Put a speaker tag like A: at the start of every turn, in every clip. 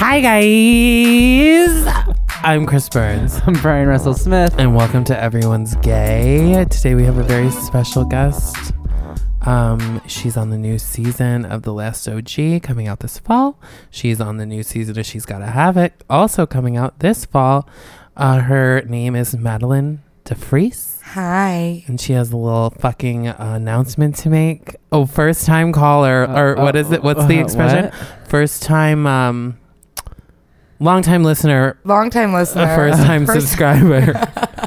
A: Hi, guys. I'm Chris Burns,
B: I'm Brian Russell Smith.
A: and welcome to Everyone's Gay. Today we have a very special guest. Um, she's on the new season of The Last OG coming out this fall. She's on the new season of She's Gotta Have It, also coming out this fall. Uh, her name is Madeline DeFries,
C: Hi.
A: and she has a little fucking uh, announcement to make. Oh, first time caller, or
B: Uh,
A: what is it? What's the
B: uh,
A: expression?
B: what?
A: First time, um, long time listener,
C: Long time listener.
A: a first time
C: First-
A: subscriber.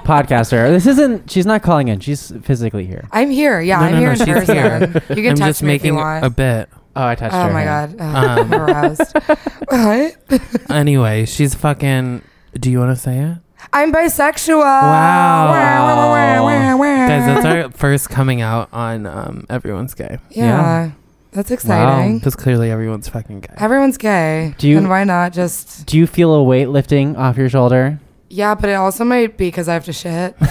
B: Podcaster. This isn't. She's not calling in. She's physically here.
C: I'm here. Yeah,
A: No,
C: I'm
A: no,
C: here
A: no,
C: in
A: she's
C: person.
A: here.
C: You can
A: I'm
C: touch
A: just
C: me if you
A: making
C: want.
A: a bit.
B: Oh, I touched
C: oh
B: her.
C: my
B: hand.
C: god. Ugh,
A: Um,
C: I'm aroused. what?
A: Anyway, she's fucking. Do you want to say it?
C: I'm bisexual.
A: Wow.
C: Wah, wah, wah, wah, wah.
A: Guys, that's our first coming out on um, Everyone's Gay.
C: yeah.
B: Yeah.
C: That's exciting.
A: Because clearly everyone's fucking gay.
C: Everyone's gay.
B: Do you-
C: and why not just
B: Do you feel a weight lifting off your shoulder?
C: Yeah, but it also might be cuz I have to shit.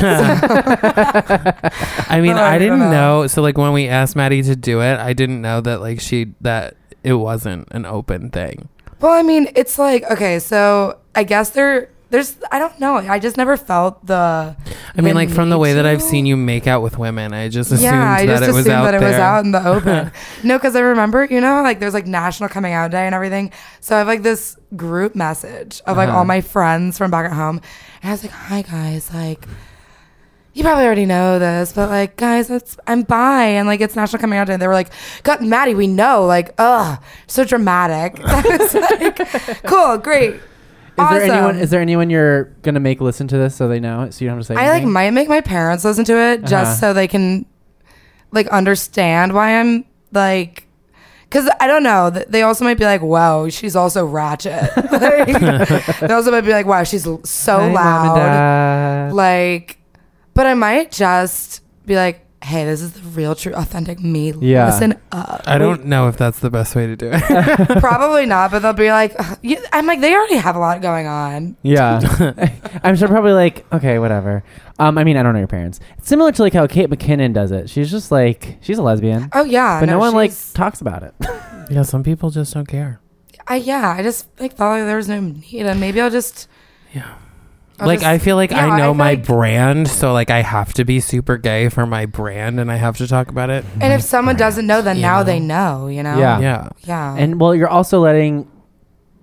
A: I mean,
C: No,
A: I
C: Oh, I
A: didn't
C: don't know.
A: know. So, like, when we asked Maddie to do it, I didn't know that, like, she, that it wasn't an open thing.
C: Well, I mean, it's like okay, so I guess there there's I don't know. I just never felt the
A: I mean,
C: the
A: like, from the
C: need
A: way that I've
C: to.
A: seen you make out with women, I just assumed
C: yeah, I
A: that
C: just
A: it was
C: assumed
A: out
C: that it was
A: there.
C: out in the open. no, because I remember, you know, like there's like National Coming Out Day and everything. So I have like this group message of like
A: Uh-huh.
C: all my friends from back at home, and I was like, "Hi guys, like." You probably already know this, but like, guys, that's I'm bi and like it's National Coming Out Day. And they were like, God, Maddie, we know. Like, ugh, so dramatic. I was like, cool, great.
B: Is there anyone? Is there anyone you're gonna make listen to this so they know it? So you don't have to say.
C: I like
B: anything?
C: might make my parents listen to it
B: Uh-huh.
C: just so they can like understand why I'm like because I don't know. th- They also might be like, "Wow, she's also ratchet." Like, they also might be like, "Wow, she's l- so
B: Hi, Mom
C: loud."
B: and Dad.
C: Like, but I might just be like, "Hey, this is the real, true, authentic me.
B: Yeah.
C: Listen up."
A: I don't know if that's the best way to do it.
C: Probably not, but they'll be like, "Ugh, you-" "I'm like, they already have a lot going on."
B: Yeah. I'm sure probably like, okay, whatever. Um, I mean, I don't know your parents. It's similar to like how Kate McKinnon does it. She's just like, she's a lesbian,
C: Oh yeah,
B: but no, one like
C: she's- Oh.
B: talks about it.
A: yeah, some people just don't care.
C: I yeah, I just like felt like there was no need, and maybe I'll just
A: Yeah.
C: I'll
A: like
C: just-
A: I feel like
C: yeah,
A: I
C: I
A: know
C: feel
A: my
C: like-
A: brand, so like I have to be super gay for my brand, and I have to talk about it.
C: And if someone doesn't know, then
A: you
C: now
A: know?
C: they know, you know?
B: Yeah.
A: Yeah,
C: Yeah.
B: and well, you're also letting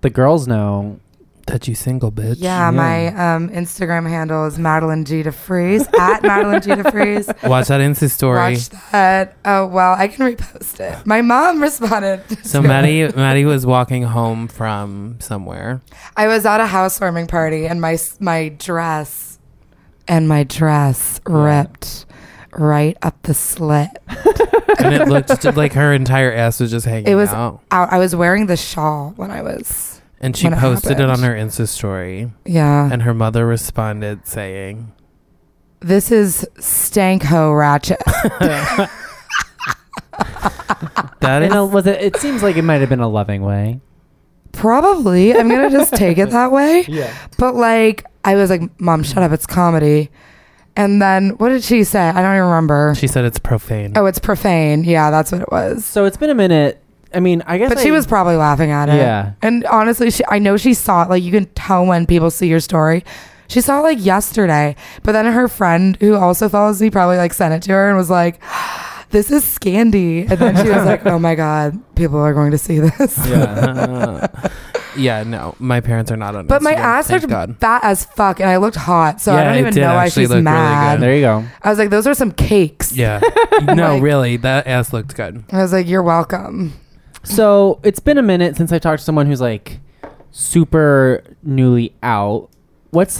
B: the girls know.
A: that you single bitch.
C: yeah, my um, Instagram handle is Madeline G DeFreeze at Madeline G DeFreeze.
A: Watch that Insta story.
C: Watch that. Oh well, I can repost it. My mom responded.
A: so Maddie, Maddie was walking home from somewhere.
C: I was at a housewarming party, and my s- my dress, and my dress ripped right up the slit.
A: And it looked just like her entire ass was just hanging
C: It was-
A: out.
C: Out. I was wearing the shawl when I was.
A: And she
C: when it
A: posted it on
C: happened.
A: her Insta story.
C: Yeah.
A: And her mother responded saying,
C: This is stank ho ratchet.
A: That
B: And
A: is
B: uh, was it? It seems like it might have been a loving way.
C: Probably. I'm gonna just take it that way.
B: Yeah.
C: But like, I was like, "Mom, shut up! It's comedy." And then what did she say? I don't even remember.
A: she said it's profane.
C: oh, it's profane. Yeah, that's what it was.
B: So it's been a minute. I mean, I guess.
C: But she
B: I-
C: was probably laughing at it.
B: Yeah.
C: And honestly, she, I know she saw it. Like, you can tell when people see your story. She saw it like yesterday. But then her friend, who also follows me, probably like sent it to her and was like, "This is Scandy." And then she was like, "Oh my god, people are going to see this."
B: Yeah.
A: yeah, no, my parents are not on.
C: But my
A: Instagram,
C: ass
A: thank
C: looked
A: God.
C: fat as fuck, and I looked hot, so
A: Yeah,
C: I don't
A: it
C: even
A: did
C: know why
A: actually
C: she's
A: look really
C: mad.
A: good.
B: there you go.
C: I was like, "Those are some cakes."
A: Yeah. no,
C: Like-
A: really, that ass looked good.
C: I was like, "You're welcome."
B: So it's been a minute since I've talked to someone who's like super newly out. What's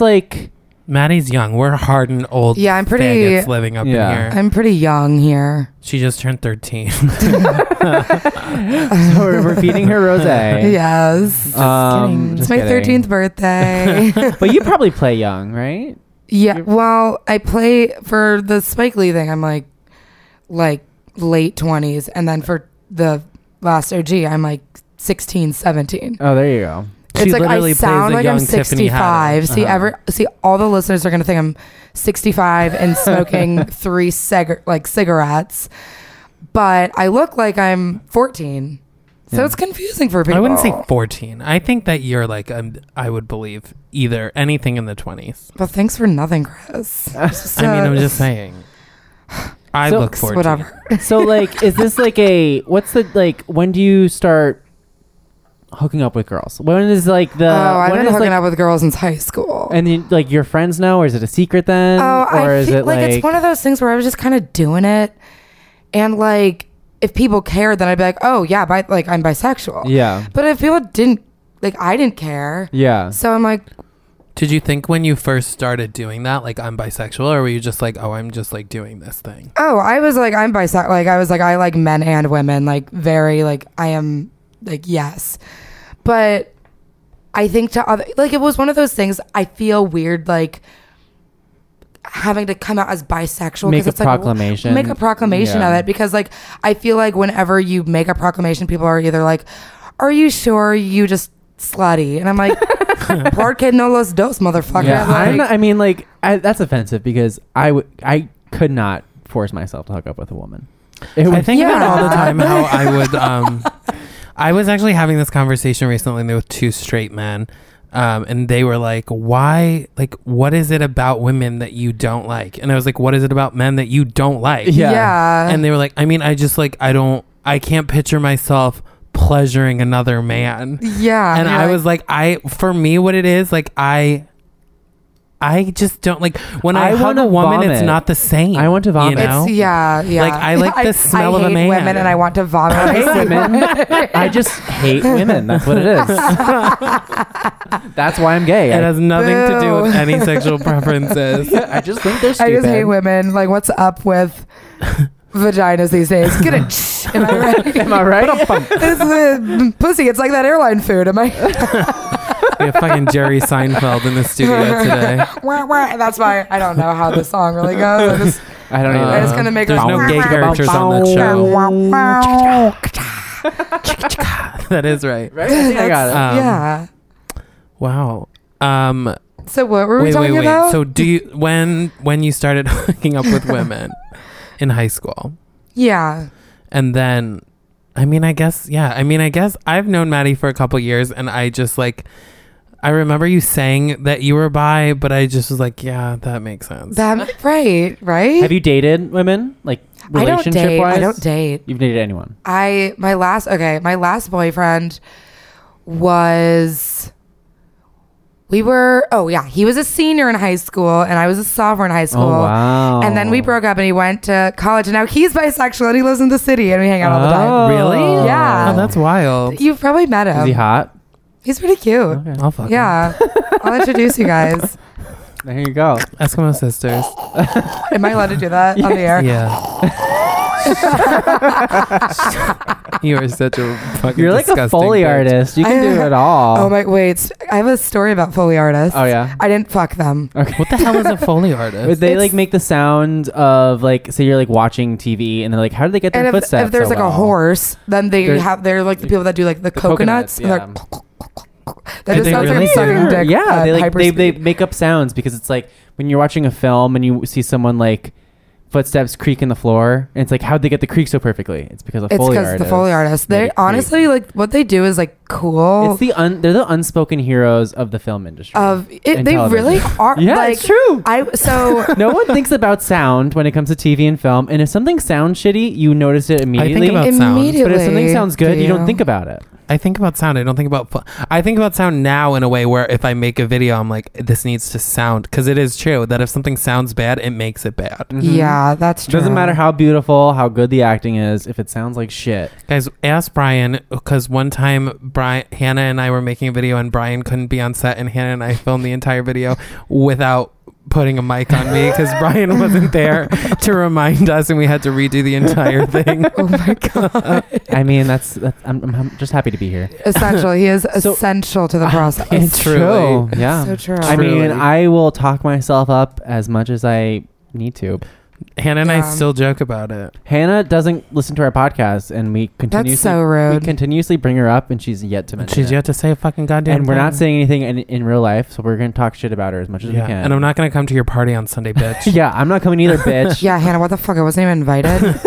B: like?
A: Maddie's young. We're hard and old.
C: Yeah, I'm pretty-
A: faggots living up
B: Yeah.
A: in here.
C: I'm pretty young here.
A: she just turned thirteen.
B: So we're, we're feeding her rose.
C: Yes.
B: Um,
A: kidding.
C: it's
B: just
C: my
B: kidding.
C: 13th birthday.
B: But you probably play young, right?
C: yeah. Well, I play for the Spike Lee thing. I'm like, like late 20s, and then for the last OG, I'm like 16, 17.
B: Oh, there you go.
A: She
C: it's like
A: literally
C: I
A: plays
C: sound
A: a
C: like
A: young
C: I'm
A: Tiffany Haddish.
C: 65. See,
B: Uh-huh.
C: ever see all the listeners are gonna think I'm 65 and smoking three cig like cigarettes, but I look like I'm 14. So it's confusing for people.
A: I wouldn't say 14. I think that you're like, um, I would believe either anything in the 20s.
C: But thanks for nothing, Chris.
A: I mean, I'm just saying. I
B: So-
A: look 14.
C: Whatever.
B: So like, is this like a what's the like? When do you start hooking up with girls? When is like the?
A: uh,
C: oh, I've
B: when
C: been
B: is,
C: hooking
B: like,
C: up with girls since high school.
B: And you, like your friends know, or is it a secret then?
C: oh,
B: or
C: I
B: is
C: feel
B: it
C: like, it's one of those things where I was just kind of doing it, and like if people cared, then I'd be like, oh yeah, bi- like I'm bisexual.
B: yeah,
C: But if people didn't, like I didn't care.
B: yeah.
C: So I'm like,
A: Did you think when you first started doing that, like, I'm bisexual, or were you just like, oh, I'm just like doing this thing?
C: oh, I was like, I'm bisexual. Like I was like, I like men and women. Like very like I am like yes, but I think to other like it was one of those things. I feel weird like having to come out as bisexual.
B: Make
C: 'cause
B: a
C: it's, like, w-
B: proclamation.
C: make a proclamation
B: Yeah.
C: of it because like I feel like whenever you make a proclamation, people are either like, "Are you sure you just slutty?" And I'm like, "Porque no los dos, motherfucker."
B: Yeah,
C: Like,
B: I'm not- i mean, like I, that's offensive because I would, I could not force myself to hook up with a woman. It
A: I
B: would-
A: think about
C: Yeah.
A: all the time how I would. Um, I was actually having this conversation recently with two straight men, um, and they were like, "Why? Like, what is it about women that you don't like?" And I was like, "What is it about men that you don't like?"
B: Yeah.
C: yeah.
A: And they were like, "I mean, I just like I don't. I can't picture myself pleasuring another man."
C: yeah.
A: and
C: you're
A: I
C: like,
A: was like, I for me, what it is like, I. I just don't like when I,
B: I
A: hug
B: wanna
A: a woman. It's
B: vomit.
A: not the same.
B: I want to vomit.
A: You know?
C: It's yeah, yeah.
A: Like, I like the smell
C: I
A: of a
C: hate
A: man.
C: Women and I want to vomit.
B: I
C: when I
B: hate
C: see
B: women.
C: one.
B: I just hate women. That's what it is. That's why I'm gay.
A: It
B: I,
A: has nothing to do
C: Boo.
A: with any sexual preferences.
B: I just think they're
C: I
B: stupid.
C: just hate women. Like, what's up with vaginas these days? Get it? Am I right?
B: Am I right?
C: It's the pussy. It's like that airline food. Am I?
A: We have fucking Jerry Seinfeld in the studio today.
C: Wah, wah. And That's why I don't know how the song really goes. I'm just,
B: I don't
A: Uh,
B: either.
C: I just gonna make
A: There's
C: her-
A: no gay characters on that show.
C: Wah, wah.
A: That is right.
B: Right? I think I got it.
A: Um,
C: yeah.
A: Wow. Um,
C: So what were we
A: wait,
C: talking
A: wait, wait.
C: about?
A: So do you when when you started hooking up with women in high school,
C: yeah.
A: and then, I mean, I guess yeah. I mean, I guess I've known Maddie for a couple years, and I just like. I remember you saying that you were bi, but I just was like, yeah, that makes sense.
C: That right, right.
B: Have you dated women? Like
C: I don't
B: relationship
C: date.
B: wise?
C: I don't date.
B: You've dated anyone?
C: I my last okay, my last boyfriend was we were oh yeah, he was a senior in high school and I was a sophomore in high school.
B: Oh, wow.
C: And then we broke up and he went to college and now he's bisexual and he lives in the city and we hang out all the time.
B: Oh.
A: Really?
C: Yeah.
A: oh, that's wild.
C: You've probably met him.
B: Is he hot?
C: He's pretty cute.
B: Okay.
A: I'll fuck him.
C: Yeah. I'll introduce you guys.
B: There you go.
A: Eskimo sisters.
C: Am I allowed to do that on the air?
A: Yeah. you are such a fucking
B: You're like a
A: disgusting
B: Foley
A: bitch.
B: artist. You can
C: I-
B: do it all.
C: Oh my wait, I have a story about Foley artists.
B: Oh, yeah?
C: I didn't fuck them.
B: Okay.
A: What the hell is a Foley artist?
B: Would they
C: It's-
B: like make the sound of like say you're like watching TV and they're like, how did they get their
C: And if,
B: footsteps?
C: if there's
B: so
C: like a
B: well?
C: horse, then they
B: There's-
C: have they're like the people that do like the, coconuts.
B: coconuts,
C: and they're
B: yeah.
C: like,
A: Did
C: that just
A: they
C: sounds
A: really
C: like I'm sucking
A: do?
C: dick. uh,
B: yeah,
C: at
B: they like
C: hyper
B: they, they
C: speed.
B: make up sounds because it's like when you're watching a film and you see someone like footsteps creak in the floor and it's like how'd they get the creak so perfectly? It's because of
C: It's
B: Foley
C: because
B: artists.
C: the Foley artists.
B: make
C: They
B: it creak.
C: honestly like what they do is like cool.
B: It's the un- they're the unspoken heroes of the film industry.
C: Oh. of it,
B: and
C: they
B: television.
C: really are.
B: yeah,
C: like,
B: it's true.
C: I so
B: no one thinks about sound when it comes to TV and film, and if something sounds shitty, you notice it immediately.
A: about sound.
C: immediately.
B: but if something sounds good, you don't think
C: about.
B: about it.
A: I think about sound. I don't think about. Fo- I think about sound now in a way where if I make a video, I'm like, this needs to sound because it is true that if something sounds bad, it makes it bad.
C: Yeah, that's
B: It Mm-hmm.
C: true.
B: doesn't matter how beautiful, how good the acting is, if it sounds like shit.
A: Guys, ask Brian because one time Brian, Hannah, and I were making a video and Brian couldn't be on set, and Hannah and I filmed the entire video without putting a mic on me because Brian wasn't there to remind us, and we had to redo the entire thing.
C: Oh my god!
B: I mean, that's, that's I'm, I'm- I'm just happy to be here.
C: essential. He is
B: So- Um,
C: essential to the process.
A: It's truly-
B: true. Yeah.
C: So true.
B: I mean,
A: Truly.
B: I will talk myself up as much as I need to.
A: Hannah and I
C: Yeah.
A: still joke about it.
B: Hannah doesn't listen to our podcast, and we continuously
C: so rude.
B: We continuously bring her up, and she's yet to mention.
A: She's
B: it.
A: yet to say a fucking goddamn.
B: and we're not
A: thing.
B: saying anything in, in real life, so we're gonna talk shit about her as much as
A: Yeah.
B: we can.
A: And I'm not gonna come to your party on Sunday, bitch.
B: yeah, I'm not coming either, bitch.
C: Yeah, Hannah, what the fuck? I wasn't even invited,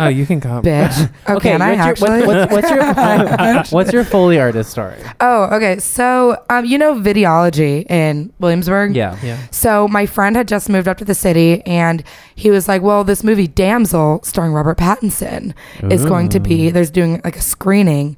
A: Oh, you can come.
C: bitch. Oh, can I
B: what's
C: actually?
B: your, what, what's, what's your what's your Foley artist story?
C: oh, okay. So, um, you know videology in Williamsburg?
B: Yeah,
A: Yeah.
C: So my friend had just moved up to the city, and he was like, "Well, this movie Damsel, starring Robert Pattinson, is going to be there's doing like a screening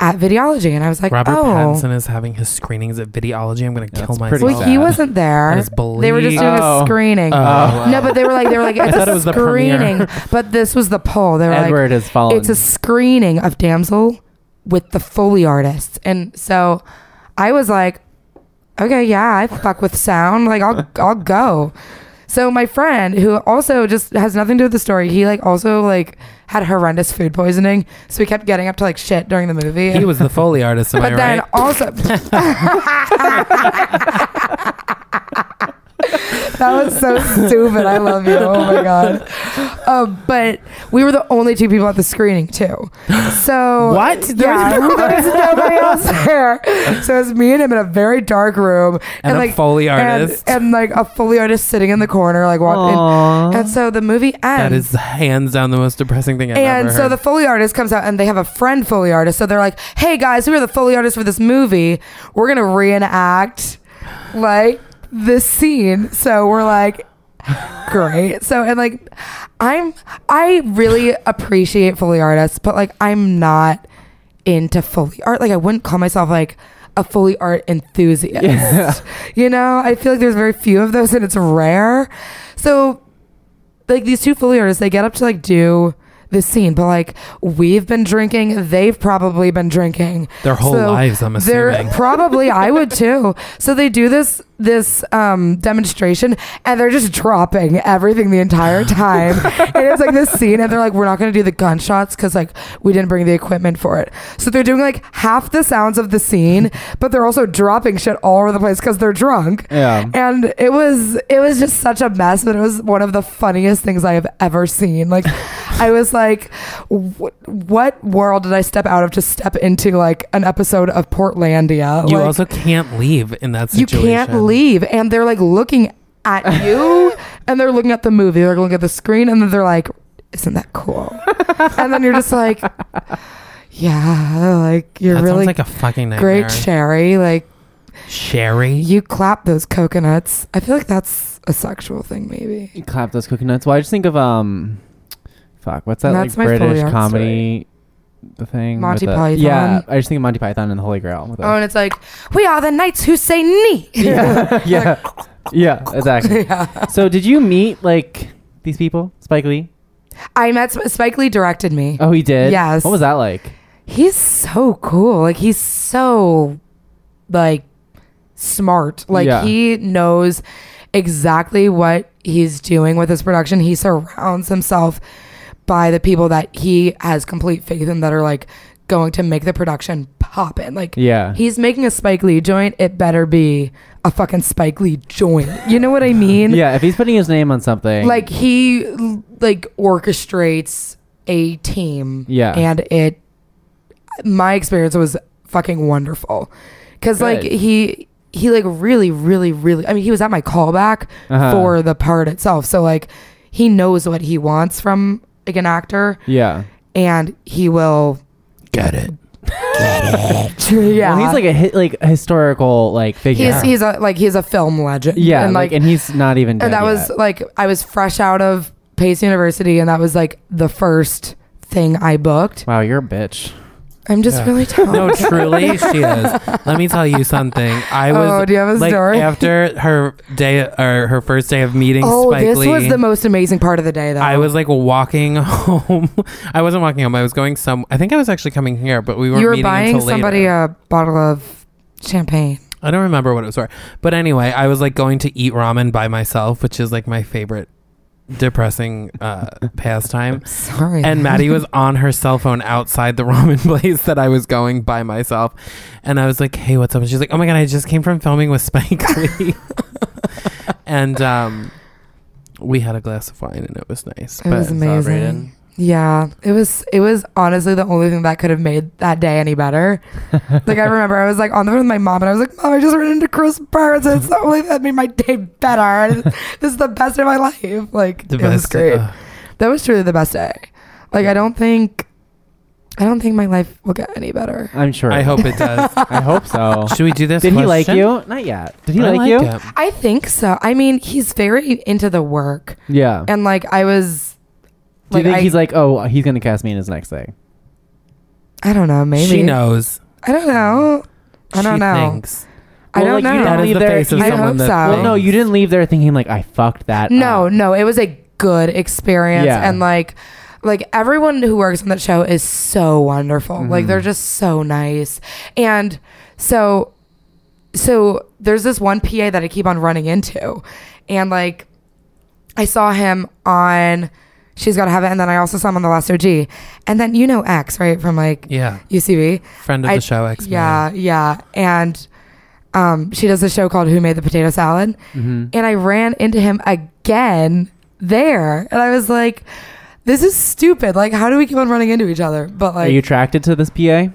C: at Videology," and I was like,
A: Robert
C: "Oh,
A: Pattinson is having his screenings at Videology. I'm gonna
B: Yeah,
A: kill
B: that's pretty
A: myself.
C: well, he
B: sad.
C: wasn't there.
A: That is
C: They were just
A: bleak.
C: doing
B: Oh.
C: a screening."
A: Oh, wow.
C: No, but they were like, they were like,
A: I
C: it's
A: thought it
C: a
A: was the premiere.
C: screening. but this was the poll. They were like,
B: Edward has fallen.
C: it's a screening of Damsel with the Foley artists. And so I was like, okay, yeah, I fuck with sound. Like, I'll, I'll go. So my friend, who also just has nothing to do with the story, he like also like had horrendous food poisoning. So he kept getting up to like shit during the movie.
A: he was the Foley artist, am
C: but
A: I
C: then
A: right?
C: also. that was so stupid. I love you. Oh my god. Um, but we were the only two people at the screening too. So
A: What? There was
C: yeah, there was nobody else there. So it was me and him in a very dark room,
A: And a Foley
C: and-
A: artist.
C: and, like a Foley artist sitting in the corner, like watching.
B: Aw.
C: And so the movie ends.
A: That is hands down the most depressing thing I've
C: And
A: ever
C: so
A: heard.
C: the Foley artist comes out and they have a friend Foley artist. So they're like, hey guys, who are the Foley artists for this movie? We're going to reenact like this scene. So we're like, great. So, and like, I'm, I really appreciate Foley artists, but like, I'm not into Foley art. Like, I wouldn't call myself like, a Foley art enthusiast.
B: Yeah.
C: You know, I feel like there's very few of those and it's rare. So like these two Foley artists, they get up to like do this scene, but like we've been drinking, they've probably been drinking
A: Their whole lives, I'm
C: they're-
A: assuming.
C: Probably, I would too. So they do this this um, demonstration, and they're just dropping everything the entire time. and it's like this scene, and they're like, "We're not going to do the gunshots because like we didn't bring the equipment for it." So they're doing like half the sounds of the scene, but they're also dropping shit all over the place because they're drunk.
B: Yeah.
C: And it was it was just such a mess, but it was one of the funniest things I have ever seen. Like, I was like, what, what world did I step out of to step into like an episode of Portlandia?
A: you
C: Like,
A: also can't leave in that
C: you
A: situation.
C: can't leave, and they're like looking at you, and they're looking at the movie, they're looking at the screen, and then they're like, isn't that cool? and then you're just like, yeah, like you're
A: That
C: really
A: sounds like a fucking nightmare.
C: great, Sherry. Like.
A: Sherry.
C: You clap those coconuts. I feel like that's a sexual thing, maybe.
B: clap those coconuts. Well, I just think of um, fuck, what's that
C: That's my
B: like British
C: Foley art
B: comedy? The thing with
C: Monty
B: the-
C: Python.
B: Yeah, I just think of Monty Python and the Holy Grail. with the-
C: Oh, and it's like, we are the knights who say knee.
B: yeah, yeah, yeah, exactly. So, did you meet like these people, Spike Lee?
C: I met Sp- Spike Lee directed me.
B: Oh, he did.
C: Yes.
B: What was that like?
C: He's so cool. Like he's so like smart. Like
B: Yeah.
C: he knows exactly what he's doing with his production. He surrounds himself by the people that he has complete faith in that are like going to make the production pop in. Like
B: Yeah.
C: he's making a Spike Lee joint, it better be a fucking Spike Lee joint. You know what I mean?
B: yeah, if he's putting his name on something,
C: Like he l- like orchestrates a team.
B: Yeah.
C: And it my experience was fucking wonderful. Cuz like
B: Good.
C: he he like really really really I mean he was at my callback
B: Uh-huh.
C: for the part itself. So like he knows what he wants from like an actor
B: yeah.
C: and he will
A: Get it.
C: yeah.
B: Well, he's like a hit, like historical like figure.
C: he's he's a like he's a film legend.
B: yeah,
C: and
B: like,
C: like,
B: and he's not even.
C: and
B: dead
C: that was
B: yet.
C: like I was fresh out of Pace University, and that was like the first thing I booked.
B: wow, you're a bitch.
C: I'm just
A: Yeah.
C: really tired.
A: No, truly, she is. Let me tell you something. I was
C: Oh, do you have a
A: like
C: story?
A: after her day or her first day of meeting
C: oh,
A: Spike
C: this
A: Lee.
C: was the most amazing part of the day, though.
A: I was like walking home. I wasn't walking home. I was going some. I think I was actually coming here, but we weren't.
C: you were
A: meeting
C: buying
A: until
C: somebody
A: later.
C: a bottle of champagne.
A: I don't remember what it was for. But anyway, I was like going to eat ramen by myself, which is like my favorite depressing uh, pastime.
C: Sorry,
A: And Maddie was on her cell phone outside the ramen place that I was going by myself. And I was like, hey, what's up? And she's like, oh my God, I just came from filming with Spike Lee. and um, we had a glass of wine and it was nice.
C: It
A: but
C: was
D: celebrated.
C: amazing. Yeah, it was. It was honestly the only thing that could have made that day any better. like I remember, I was like on the phone with my mom, and I was like, "Mom, I just ran into Chris Burns. and It's the only thing that made my day better. And this is the best day of my life. Like
A: the
C: it
A: best.
C: was great.
A: uh,
C: that was truly the best day. Like I don't think, I don't think my life will get any better.
B: I'm sure.
A: I hope it does.
B: I hope so.
A: Should we do this?
B: Did he like
A: question?
B: you? Not yet. Did he
A: I
B: like, you?
A: it.
C: I think so. I mean, he's very into the work,
B: Yeah.
C: and like I was.
B: Do you
C: Like,
B: think
C: I,
B: he's like, oh, he's gonna cast me in his next thing?
C: I don't know. Maybe
A: She knows.
C: I don't know. I don't
A: she
C: know.
A: Thinks.
C: I
B: Well,
C: don't
B: like, you
C: know.
A: That is
B: leave
A: the
B: there-
A: face of
C: you- I
A: someone
C: hope
A: that.
C: so.
B: Well, no, you didn't leave there thinking like I fucked that.
C: Uh, No,
B: up.
C: no, it was a good experience,
B: Yeah.
C: and like, like everyone who works on that show is so wonderful. Like they're just so nice, and so, so there's this one PA that I keep on running into, and like, I saw him on. She's gotta have it, and then I also saw him on the last OG, and then you know X right from like
A: Yeah,
C: UCB.
A: friend of
C: I-
A: the show, X.
C: Yeah, yeah. And um, she does a show called Who Made the Potato Salad.
B: Mm-hmm.
C: And I ran into him again there. And I was like, this is stupid. Like, how do we keep on running into each other? But
B: Are
C: like,
B: you attracted to this PA?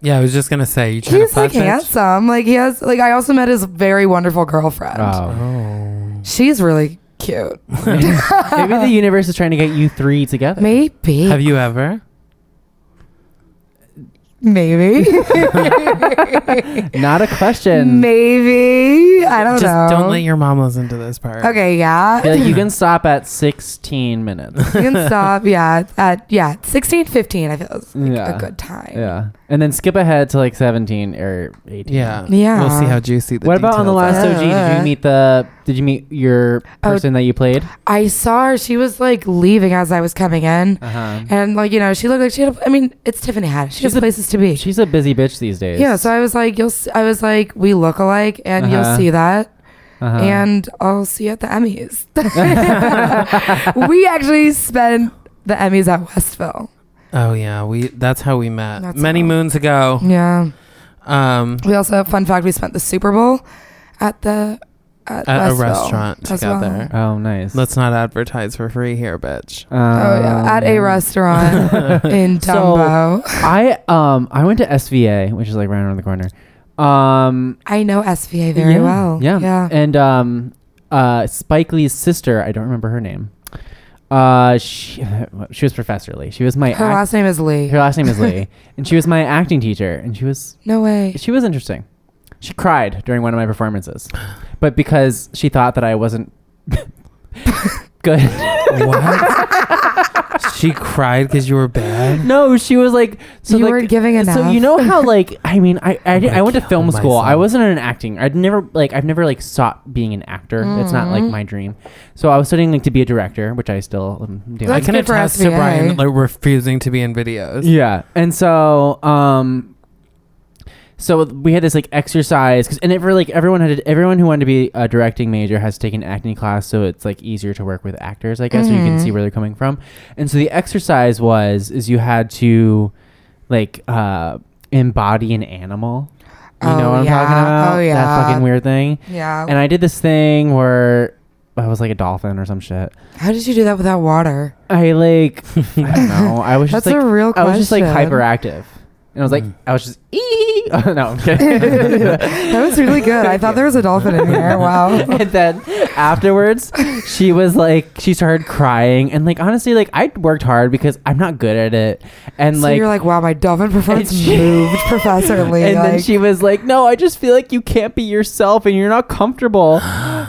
A: Yeah, I was just gonna say you trying
C: he's
A: to
C: like
A: fuck bitch?
C: handsome. Like, he has, like, I also met his very wonderful girlfriend.
B: Oh.
A: Oh,
C: She's really cute.
B: Maybe the universe is trying to get you three together.
C: Maybe.
A: have you ever?
C: maybe.
B: Not a question.
C: maybe. I don't
A: Just
C: know.
A: don't let your mom listen to this part.
C: Okay, yeah.
B: Yeah, you can stop at 16 minutes.
C: you can stop. Yeah, at yeah, sixteen, fifteen. I feel is like
B: Yeah.
C: a good time.
B: Yeah. And then skip ahead to like 17 or 18.
A: Yeah.
C: Yeah.
A: We'll see how juicy the
B: What about on the
A: details
B: last
A: are.
C: out.
B: OG? Did you
C: Yeah.
B: meet the? Did you meet your
C: Oh.
B: person that you played?
C: I saw her. She was like leaving as I was coming in,
B: Uh-huh.
C: and like you know, she looked like she had. A, I mean, it's Tiffany Haddish. She
B: She's
C: has
B: a-
C: places to be.
B: She's a busy bitch these days.
C: yeah. So I was like, you'll. s- I was like, we look alike, and
B: Uh-huh.
C: you'll see that,
B: Uh-huh.
C: and I'll see you at the Emmys. we actually spent the Emmys at Westville.
A: Oh yeah, we. That's how we met.
C: That's
A: Many
C: how-
A: moons ago.
C: Yeah.
A: Um,
C: We also fun fact: we spent the Super Bowl at the at,
A: at a
C: Westville
A: restaurant
C: as well.
A: together.
B: oh, nice.
A: Let's not advertise for free here, bitch.
B: Um,
C: Oh yeah, at a restaurant in
B: So-
C: Dumbo.
B: I um I went to SVA, which is like right around the corner. Um,
C: I know SVA very
B: yeah,
C: well.
B: Yeah.
C: yeah.
B: And um, uh, Spike Lee's sister, I don't remember her name. Uh, she she was Professor Lee. She was my
C: Her
B: act-
C: last name is Lee.
B: her last name is Lee, and she was my acting teacher, and she was
C: No way.
B: She was interesting. She cried during one of my performances, but because she thought that I wasn't good.
A: what? she cried because you were bad.
B: no, she was like, so
C: You
B: like,
C: weren't giving
B: So
C: enough.
B: you know how like I mean I I, did, I went to
A: kill
B: film school. I
A: myself.
B: wasn't an acting. I'd never like I've never like sought being an actor. It's not like
C: Mhm.
B: my dream. So I was studying like to be a director, which I still am doing.
A: I
C: That's
A: can
C: good for
A: attest to
C: SVA.
A: Brian like refusing to be in videos.
B: Yeah, and so um, so we had this like exercise, 'cause- and it for like everyone had to, everyone who wanted to be a directing major has to take an acting class, so it's like easier to work with actors, I guess, so you can
C: Mhm.
B: see where they're coming from. And so the exercise was is you had to like uh embody an animal. You know
C: Oh,
B: what I'm
C: yeah.
B: talking about?
C: Oh, yeah.
B: That fucking weird thing.
C: Yeah.
B: And I did this thing where I was like a dolphin or some shit.
C: How did you do that without water?
B: I like I don't know. I was just
C: That's
B: like
C: a real
B: I was just like
C: question.
B: hyperactive. And I was like
A: Mm.
B: I was just ee no I'm kidding.
C: that was really good. I thought there was a dolphin in here. Wow.
B: and then afterwards she was like she started crying and like honestly like I worked hard because I'm not good at it. And
C: so
B: like
C: you're like, wow, my dolphin performance
B: And she-
C: moved Professor Lee.
B: and then
C: like-
B: she was like, "No, I just feel like you can't be yourself and you're not comfortable."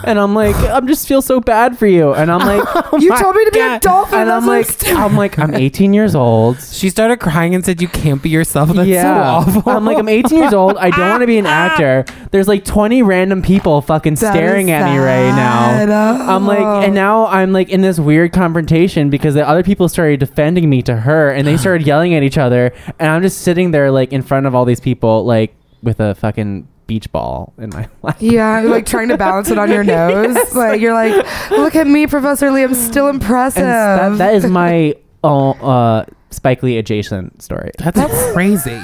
B: And I'm like, "I'm just feel so bad for you." And I'm like, "Oh
C: you
B: my
C: told me to be a
B: God.
C: dolphin.
B: And
C: that's
B: I'm
C: what
B: like,
C: stupid.
B: I'm like, I'm 18 years old.
A: She started crying and said, "You can't be yourself." That's so awful. Ah.
B: I'm like, I'm 18 years old. I don't want to be an actor. There's like 20 random people fucking
C: That is
B: staring at me right
C: sad.
B: now.
C: Oh.
B: I'm like, and now I'm like in this weird confrontation because the other people started defending me to her and they started yelling at each other. And I'm just sitting there like in front of all these people, like with a fucking beach ball in my lap.
C: Oh. Yeah, like trying to balance it on your nose. Like you're like, look at me, Professor Lee. I'm still impressive.
B: And that, that is my uh, uh, Spike Lee adjacent story.
A: That's, crazy.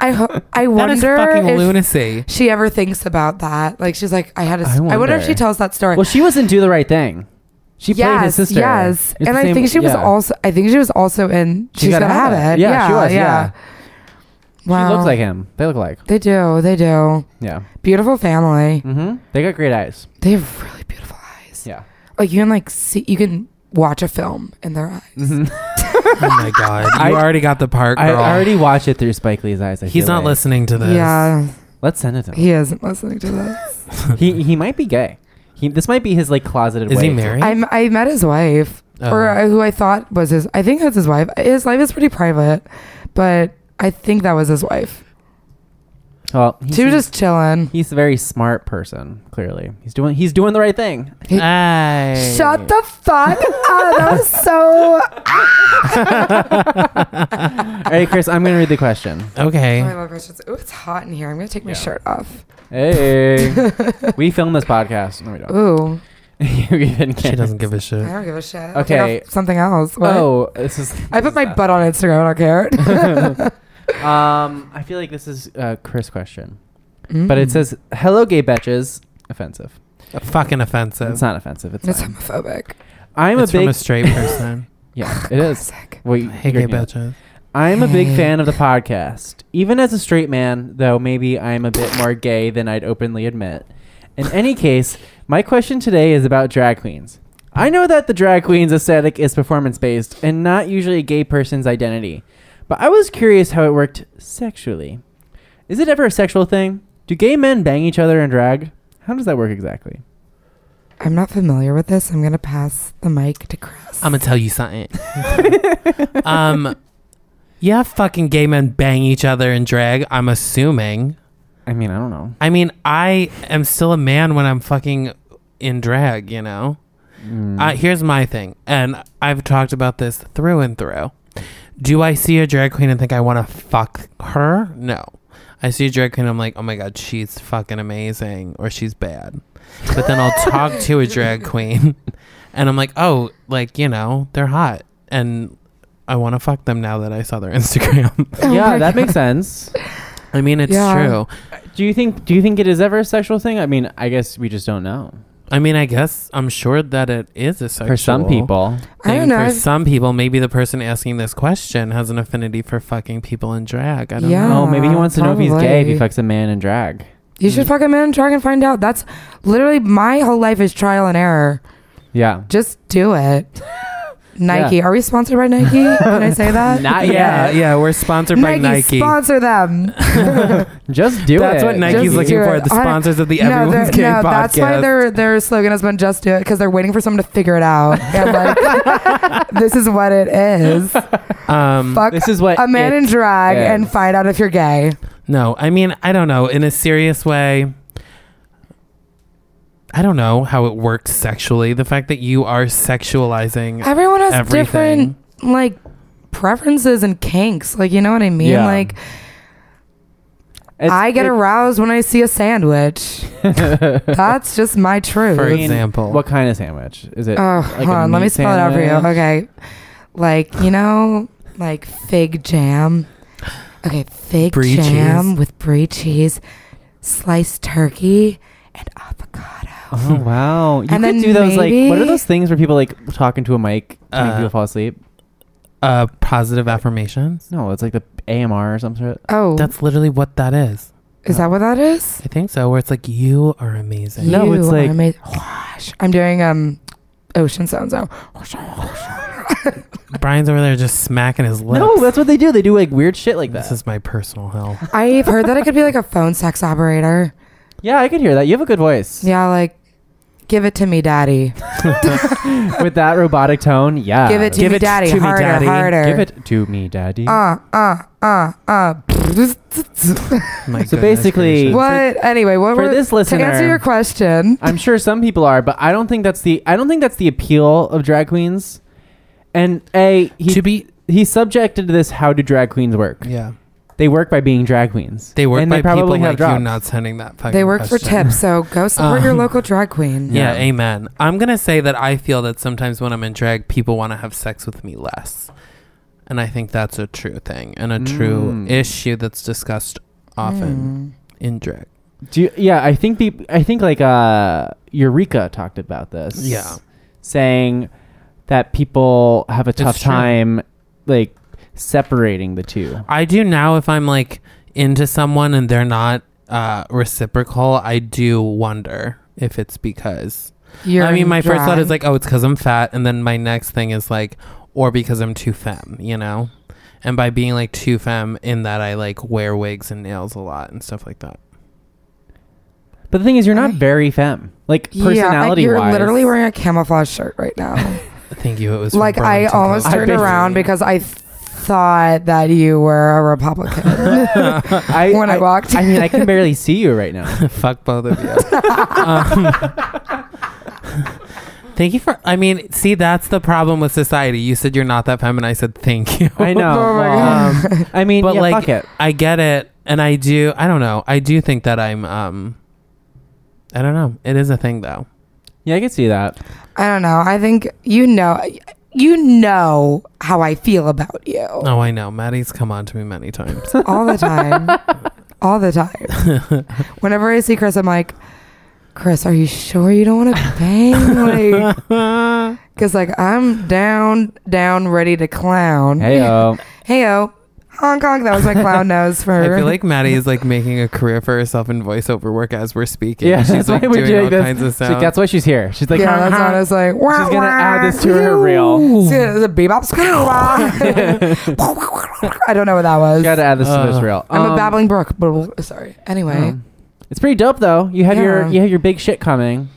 C: I ho- I
A: That is
C: wonder
A: fucking
C: if
A: lunacy.
C: she ever thinks about that. Like she's like, I had a.
B: I
C: s- I wonder if
B: wonder.
C: she tells that story.
B: Well, she was in Do the Right Thing. She played his sister.
C: Yes.
B: It's
C: and
B: the
C: I
B: same-
C: think she was
B: yeah.
C: also I think she was also in
B: She's
C: She's Gotta, Have, it.
B: Yeah, she was, yeah.
C: Wow.
B: She looks like him. They look alike.
C: They do, they do.
B: Yeah.
C: Beautiful family.
B: Mm-hmm. They got great eyes.
C: They have really beautiful eyes.
B: Yeah.
C: Like you can like see you can watch a film in their eyes.
A: Oh my god, you
B: Mm-hmm. I-
A: already got the part,
B: I
A: girl.
B: already watched it through Spike Lee's eyes. I
A: He's
B: feel
A: not
B: like.
A: listening to this.
C: Yeah.
B: Let's send it to him.
C: He isn't listening to this.
B: he he might be gay. He this might be his like closeted.
A: Is he
B: way.
A: married?
C: I I met his wife. Or
A: Oh.
C: uh, who I thought was his I think that's his wife. His life is pretty private, but I think that was his wife.
B: Well, he
C: She was
B: seems-
C: just chilling.
B: he's a very smart person. Clearly, he's doing he's doing the right thing.
A: Hey.
C: Shut the fuck up. Ah, That was so.
B: All right, Chris, I'm gonna read the question.
A: Okay.
C: Oh, I love questions. Ooh, it's hot in here. I'm going to take my
B: Yeah.
C: shirt off.
B: Hey, we filmed this podcast. No, we don't.
C: Ooh,
B: you even
A: She
B: can't.
A: doesn't give a
C: I
A: shit.
C: don't give a shit. I'll
B: Okay.
C: take off something else. What?
B: Oh, this is.
C: I put my butt on Instagram. I don't care.
B: um, I feel like this is uh, Chris' question,
C: Mm.
B: but it says, "Hello, gay betches." Offensive.
A: Fucking offensive.
B: It's not offensive. It's,
C: it's
B: fine.
C: homophobic.
B: I'm
A: It's
B: a big
A: from a straight person.
B: yeah. It is.
C: Sick.
B: Wait,
A: hey,
B: you're-
A: gay
B: yeah.
A: bitches.
B: I'm a big
C: Hey.
B: fan of the podcast. Even as a straight man, though maybe I'm a bit more gay than I'd openly admit. In any case, my question today is about drag queens. I know that the drag queen's aesthetic is performance based and not usually a gay person's identity, but I was curious how it worked sexually. Is it ever a sexual thing? Do gay men bang each other in drag? How does that work exactly?
C: I'm not familiar with this. I'm going to pass the mic to Chris.
A: I'm gonna tell you something. um, yeah, fucking gay men bang each other in drag. I'm assuming.
B: I mean, I don't know.
A: I mean, I am still a man when I'm fucking in drag. You know.
B: Mm.
A: Uh, here's my thing, and I've talked about this through and through. Do I see a drag queen and think I want to fuck her? No. I see a drag queen, I'm like, oh my god, she's fucking amazing, or she's bad. But then I'll talk to a drag queen, and I'm like, oh, like you know, they're hot, and I want to fuck them now that I saw their Instagram.
C: Oh
B: yeah, that makes sense.
A: I mean, it's
C: Yeah.
A: true.
B: Do you think do you think it is ever a sexual thing? I mean, I guess we just don't know.
A: I mean, I guess I'm sure that it is a sexual
B: For some people.
C: I don't
A: thing
C: know.
A: For some people, maybe the person asking this question has an affinity for fucking people in drag. I don't
C: Yeah.
A: know.
B: oh, maybe he wants to know if he's gay if he
C: probably.
B: fucks a man in drag.
C: You should fuck a man and try and find out. That's literally my whole life is trial and error.
B: Yeah.
C: Just do it. Nike. Are we sponsored by Nike? Can I say that?
B: Not
A: Yeah, yeah, we're sponsored by Nike.
C: Sponsor them.
B: Just do
A: that's
B: it.
A: what Nike's
C: Just
A: looking
C: do
A: for.
C: it.
A: The
C: I-
A: sponsors of the
C: they're-
A: Everyone's Gay podcast.
C: that's why their their slogan has been "Just Do It" because they're waiting for someone to figure it out. And like, this is what it is.
A: um,
C: Fuck
B: This is what
C: a man
B: it
C: in drag
B: is.
C: and find out if you're gay.
A: no, I mean, I don't know. In a serious way, I don't know how it works sexually. The fact that you are sexualizing
C: Everyone has
A: everything.
C: different like preferences and kinks. Like you know what I mean?
B: Yeah.
C: Like
B: It's-
C: I get
B: it-
C: aroused when I see a sandwich. that's just my truth.
A: For
B: I mean,
A: example.
B: What kind of sandwich? Is it
C: oh,
B: like
C: hold
B: a
C: on. Let me
B: meat
C: spell it out for you.
B: sandwich?
C: Okay, like you know, like fig jam. Okay, fig
A: Brie
C: jam
A: cheese.
C: with brie cheese, sliced turkey, and avocado.
A: Uh-huh.
B: Oh wow. You
C: And
B: could
C: then
B: do those like what are
C: maybe-
B: those things where people like talk into a mic to make
A: Uh,
B: people fall asleep?
A: uh, positive affirmations.
B: No, it's like the AMR or some sort.
C: Oh,
A: That's literally what that is.
C: is that what that is?
A: I think so. Where it's like you are amazing.
B: No,
C: You
B: it's
C: are
B: like-
C: amaz- Whoosh. I'm doing um, ocean sounds now.
A: Brian's over there just smacking his lips.
B: No, that's what they do. They do like weird shit like that.
A: This is my personal hell.
C: I've heard that it could be like a phone sex operator.
B: yeah, I could hear that. You have a good voice.
C: Yeah, like. Give it to me, daddy.
B: With that robotic tone, yeah.
C: Give it to
A: Uh, Give
C: me,
A: it
C: daddy.
A: to me,
C: harder,
A: daddy.
C: harder.
B: Give it to me, daddy.
C: Uh, uh, uh, uh.
A: My
B: So
A: goodness
B: basically-
A: gracious.
C: What? anyway, what
B: for
C: were
B: this
C: to
B: listener-
C: answer your question?
B: I'm sure some people are, but I don't think that's the I don't think that's the appeal of drag queens. And a he
A: to be
B: he's subjected to this. How do drag queens work?
A: yeah.
B: They work by being drag queens.
A: They work
B: and
A: by people
B: probably
A: like
B: have drops.
A: you not sending that fucking
C: They work for
A: question.
C: tips, so go support your
A: Um,
C: local drag queen.
A: Yeah,
B: Yeah.
A: amen. I'm going to say that I feel that sometimes when I'm in drag, people want to have sex with me less. And I think that's a true thing and a true
B: Mm.
A: issue that's discussed often in drag.
B: Do you, yeah, I think the I think like uh Eureka talked about this.
A: Yeah.
B: saying that people have a tough
A: true.
B: time like separating the two.
A: I do now if I'm like into someone and they're not uh, reciprocal, I do wonder if it's because.
C: You're
A: I mean, my first thought
C: dry.
A: is like, oh, it's because I'm fat. And then my next thing is like, or because I'm too femme, you know? And by being like too femme, in that I like wear wigs and nails a lot and stuff like that.
B: But the thing is, you're not
C: I-
B: very femme. Like
C: Yeah, I-
B: personality
C: you're
B: wise,
C: literally wearing a camouflage shirt right now.
A: Thank you. It was from
C: like I
A: Burlington
C: almost
A: Coat.
B: I
C: turned
B: basically-
C: around because I th- thought that you were a Republican.
B: I,
C: when I walked
B: I mean, I can barely see you right now.
A: Fuck both of you. um, thank you for. I mean, see, that's the problem with society. You said you're not that femme, and I said thank you.
B: I know.
C: Oh my
B: well, um, I mean,
A: but
B: yeah,
A: like,
B: fuck it.
A: I get it, and I do. I don't know. I do think that I'm. um I don't know. It is a thing, though.
B: Yeah, I can see that.
C: I don't know. I think you know, you know how I feel about you
A: Oh, I know. Maddie's come on to me many times.
C: all the time, all the time. Whenever I see Chris, I'm like, Chris, are you sure you don't want to bang? Like, cause like I'm down, down, ready to clown.
B: Hey, oh,
C: Heyo, Hong Kong. That was my clown nose for.
A: I feel like Maddie is like making a career for herself in voiceover work as we're speaking.
B: yeah.
A: she's
B: That's
A: like
B: why we're
A: doing,
B: doing
A: all
B: this.
A: kinds of
B: She-
A: sounds.
B: that's why she's here. She's like,
C: yeah,
B: "Huh,
C: that's
B: huh."
C: what I was like. Wah,
B: She's gonna add this to her
C: wah."
B: reel.
C: See, there's a bebop. I don't know what that was.
B: You gotta add this to this
A: Ugh.
B: reel.
C: I'm a
B: Um,
C: babbling brook. But sorry. Anyway.
B: um, It's pretty dope though. You had your
C: Yeah.
B: you had your big shit coming,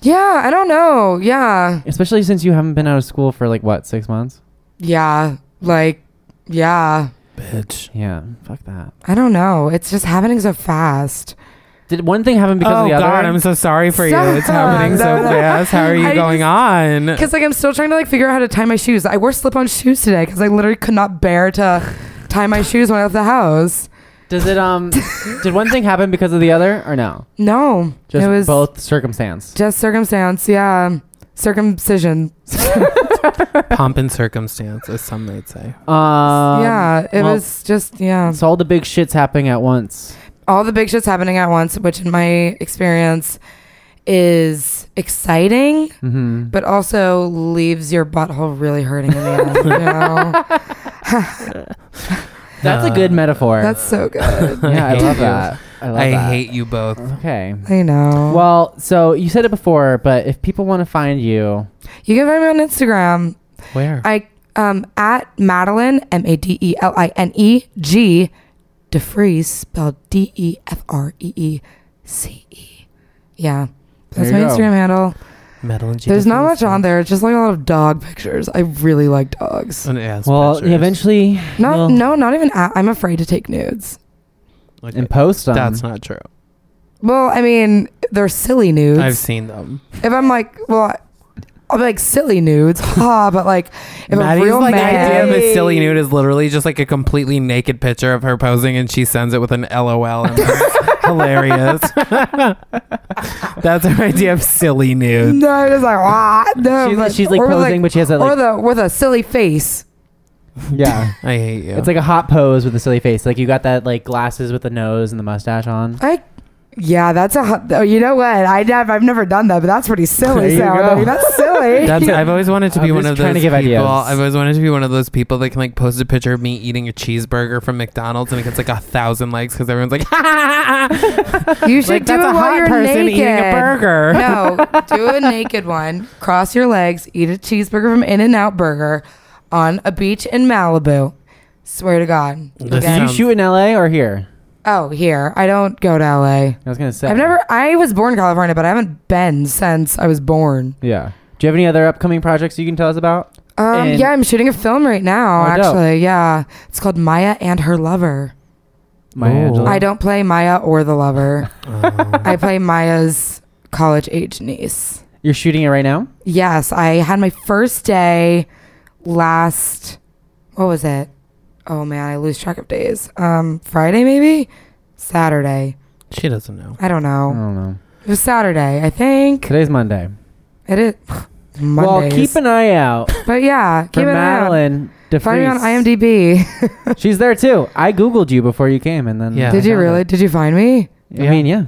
C: Yeah, I don't know. Yeah.
B: especially since you haven't been out of school for like what six months.
C: Yeah. Like, yeah.
A: bitch.
B: Yeah, fuck that.
C: I don't know. It's just happening so fast.
B: Did one thing happen because
A: oh
B: of the other?
A: God, I'm so sorry for you. It's
C: Stop.
A: happening so
C: No, no.
A: fast. How are you
C: I
A: going
C: just-
A: on?
C: Because, like, I'm still trying to, like, figure out how to tie my shoes. I wore slip on shoes today because I literally could not bear to tie my shoes when I left the house.
B: Does it um? did one thing happen because of the other or no?
C: No.
B: Just
C: it was
B: both circumstance.
C: just circumstance. Yeah. Circumcision.
A: Pomp and circumstance, as some might say.
B: Um,
C: yeah. It
B: well,
C: was just, yeah.
B: It's all the big shits happening at once.
C: all the big shit's happening at once, which in my experience is exciting,
B: Mm-hmm.
C: but also leaves your butthole really hurting in the end. You know?
B: That's
A: Uh,
B: a good metaphor.
C: That's so good.
B: yeah, I
A: hate
B: love
A: you.
B: that. I love
A: I
B: that.
A: hate you both.
B: Okay.
C: I know. Well,
B: Well, so you said it before, but if people want to find you,
C: you can find me on Instagram.
A: Where?
C: I um at Madeline M A D E L I N E G DeFreeze spelled D E F R E E C E. Yeah. That's
B: There
C: my
B: you go.
C: Instagram handle.
A: Metal and
C: There's not much on there. It's just like a lot of dog pictures. I really like dogs.
A: An ass
B: well,
A: pictures.
B: eventually,
C: Not
B: you'll-
C: no, not even. At, I'm afraid to take nudes.
A: Okay,
B: and post them.
A: That's not true.
C: Well, I mean, they're silly nudes.
A: I've seen them.
C: if I'm like, well, I'll be like silly nudes, ha. But like, if
A: Maddie's
C: a real
A: like idea
C: man,
A: of a silly nude is literally just like a completely naked picture of her posing, and she sends it with an LOL. And it's hilarious. That's her idea of silly nude.
C: no, it's like what? No,
B: she's,
C: but-
B: she's like
C: or
B: posing, but she has that
C: or
B: like
C: the with a silly face.
B: yeah.
A: I hate you.
B: It's like a hot pose with a silly face. Like you got that like glasses with the nose and the mustache on.
C: I. Yeah, that's a. hot- Oh, you know what? I have, I've never done that, but that's pretty
B: There
C: silly.
B: you
C: So I
B: go.
C: mean, that's silly.
A: That's, I've always wanted to
B: I'm
A: be one
B: just
A: of
B: trying
A: those
B: to give
A: people.
B: ideas.
A: I've always wanted to be one of those people that can like post a picture of me eating a cheeseburger from McDonald's and it gets like a thousand likes because everyone's like,
C: you should
A: like
C: do
A: that's
C: it
A: a
C: while
A: hot
C: you're
A: person
C: naked.
A: eating a burger.
C: No, do a naked one. Cross your legs, eat a cheeseburger from In N Out Burger on a beach in Malibu. Swear to God.
A: This
C: Okay.
B: Do you
A: sounds-
B: shoot in LA or here?
C: oh, here. I don't go to LA.
B: I was gonna say
C: I've never, I was born in California, but I haven't been since I was born.
B: Yeah. Do you have any other upcoming projects you can tell us about?
C: Um,
B: And-
C: yeah, I'm shooting a film right now,
B: Oh, dope.
C: actually. Yeah. It's called Maya and Her Lover.
B: Maya
A: Ooh.
B: Angelou.
A: Oh.
C: I don't play Maya or the lover,
A: Oh.
C: I play Maya's college age niece.
B: You're shooting it right now.
C: Yes, I had my first day last what was it? Oh man, I lose track of days. Um Friday maybe? Saturday.
A: she doesn't know.
C: I don't
B: I
C: know.
B: don't know.
C: It was Saturday, I think.
B: Today's Monday.
C: It is
B: Well,
C: Mondays.
B: keep an eye out
C: but yeah,
B: for
C: keep an eye out.
B: Madeline
C: Find me on
B: DeFries.
C: IMDb.
B: She's there too. I googled you before you came, and then
A: Yeah.
B: I
C: Did you
B: found
C: really?
B: it.
C: Did you find me?
B: I mean, yeah.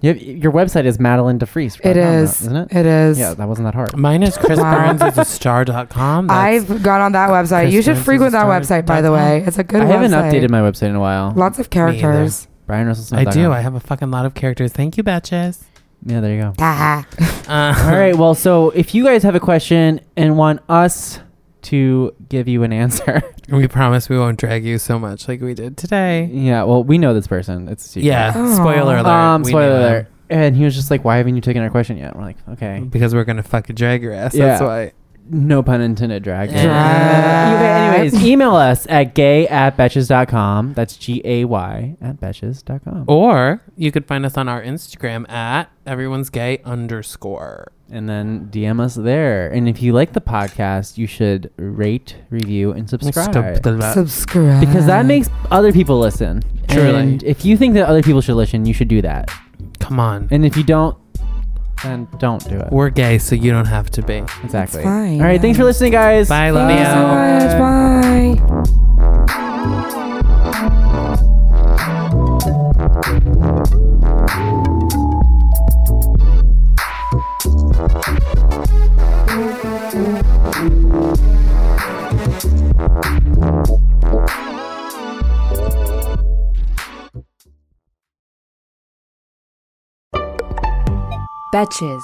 B: You have, your website is Madeline DeFries.
C: It is.
B: Isn't it?
C: It is.
B: Yeah, that wasn't that hard.
A: Mine is Chris
C: Wow.
A: Burns is a star.com.
C: I've gone on that website. you should
A: Christmas is
C: frequent that
A: started dot
C: website, by the
A: com.
C: way. It's a good
B: I
C: website.
B: haven't updated my website in a while.
C: Lots of
A: either.
C: characters.
B: Brian Russell.
A: I do. I have a fucking lot of characters. Thank you, bitches.
B: yeah, there you go.
C: Ah.
A: Uh,
B: All right. Well, so if you guys have a question and want us to give you an answer,
A: We promise we won't drag you so much like we did today.
B: yeah. Well, we know this person. It's a secret.
A: Yeah.
C: Aw.
A: Spoiler alert.
B: Mm-hmm. Um.
A: we
B: Spoiler
A: knew
B: alert. And he was just like, "Why haven't you taken our question yet?" We're like,
A: him.
B: "Okay,
A: Because we're gonna fucking drag your ass. That's
B: Yeah.
A: why.
B: no pun intended, drag."
A: Drag.
B: Yeah. Okay, anyways, email us at gay at betches.com. That's G A Y at betches.com. Oh.
A: Or you could find us on our Instagram at everyone's gay underscore.
B: And then DM us there. And if you like the podcast, you should rate, review, and subscribe.
C: Subscribe.
B: because that makes other people listen.
A: Truly.
B: And if you think that other people should listen, you should do that.
A: Come on.
B: And if you don't, then don't do it.
A: We're gay, so you don't have to be.
B: exactly.
C: It's fine,
B: All right. Thanks for
C: yeah.
B: listening, guys.
A: Bye, love
C: Thank you so
A: you.
C: much. Bye.
D: Betches.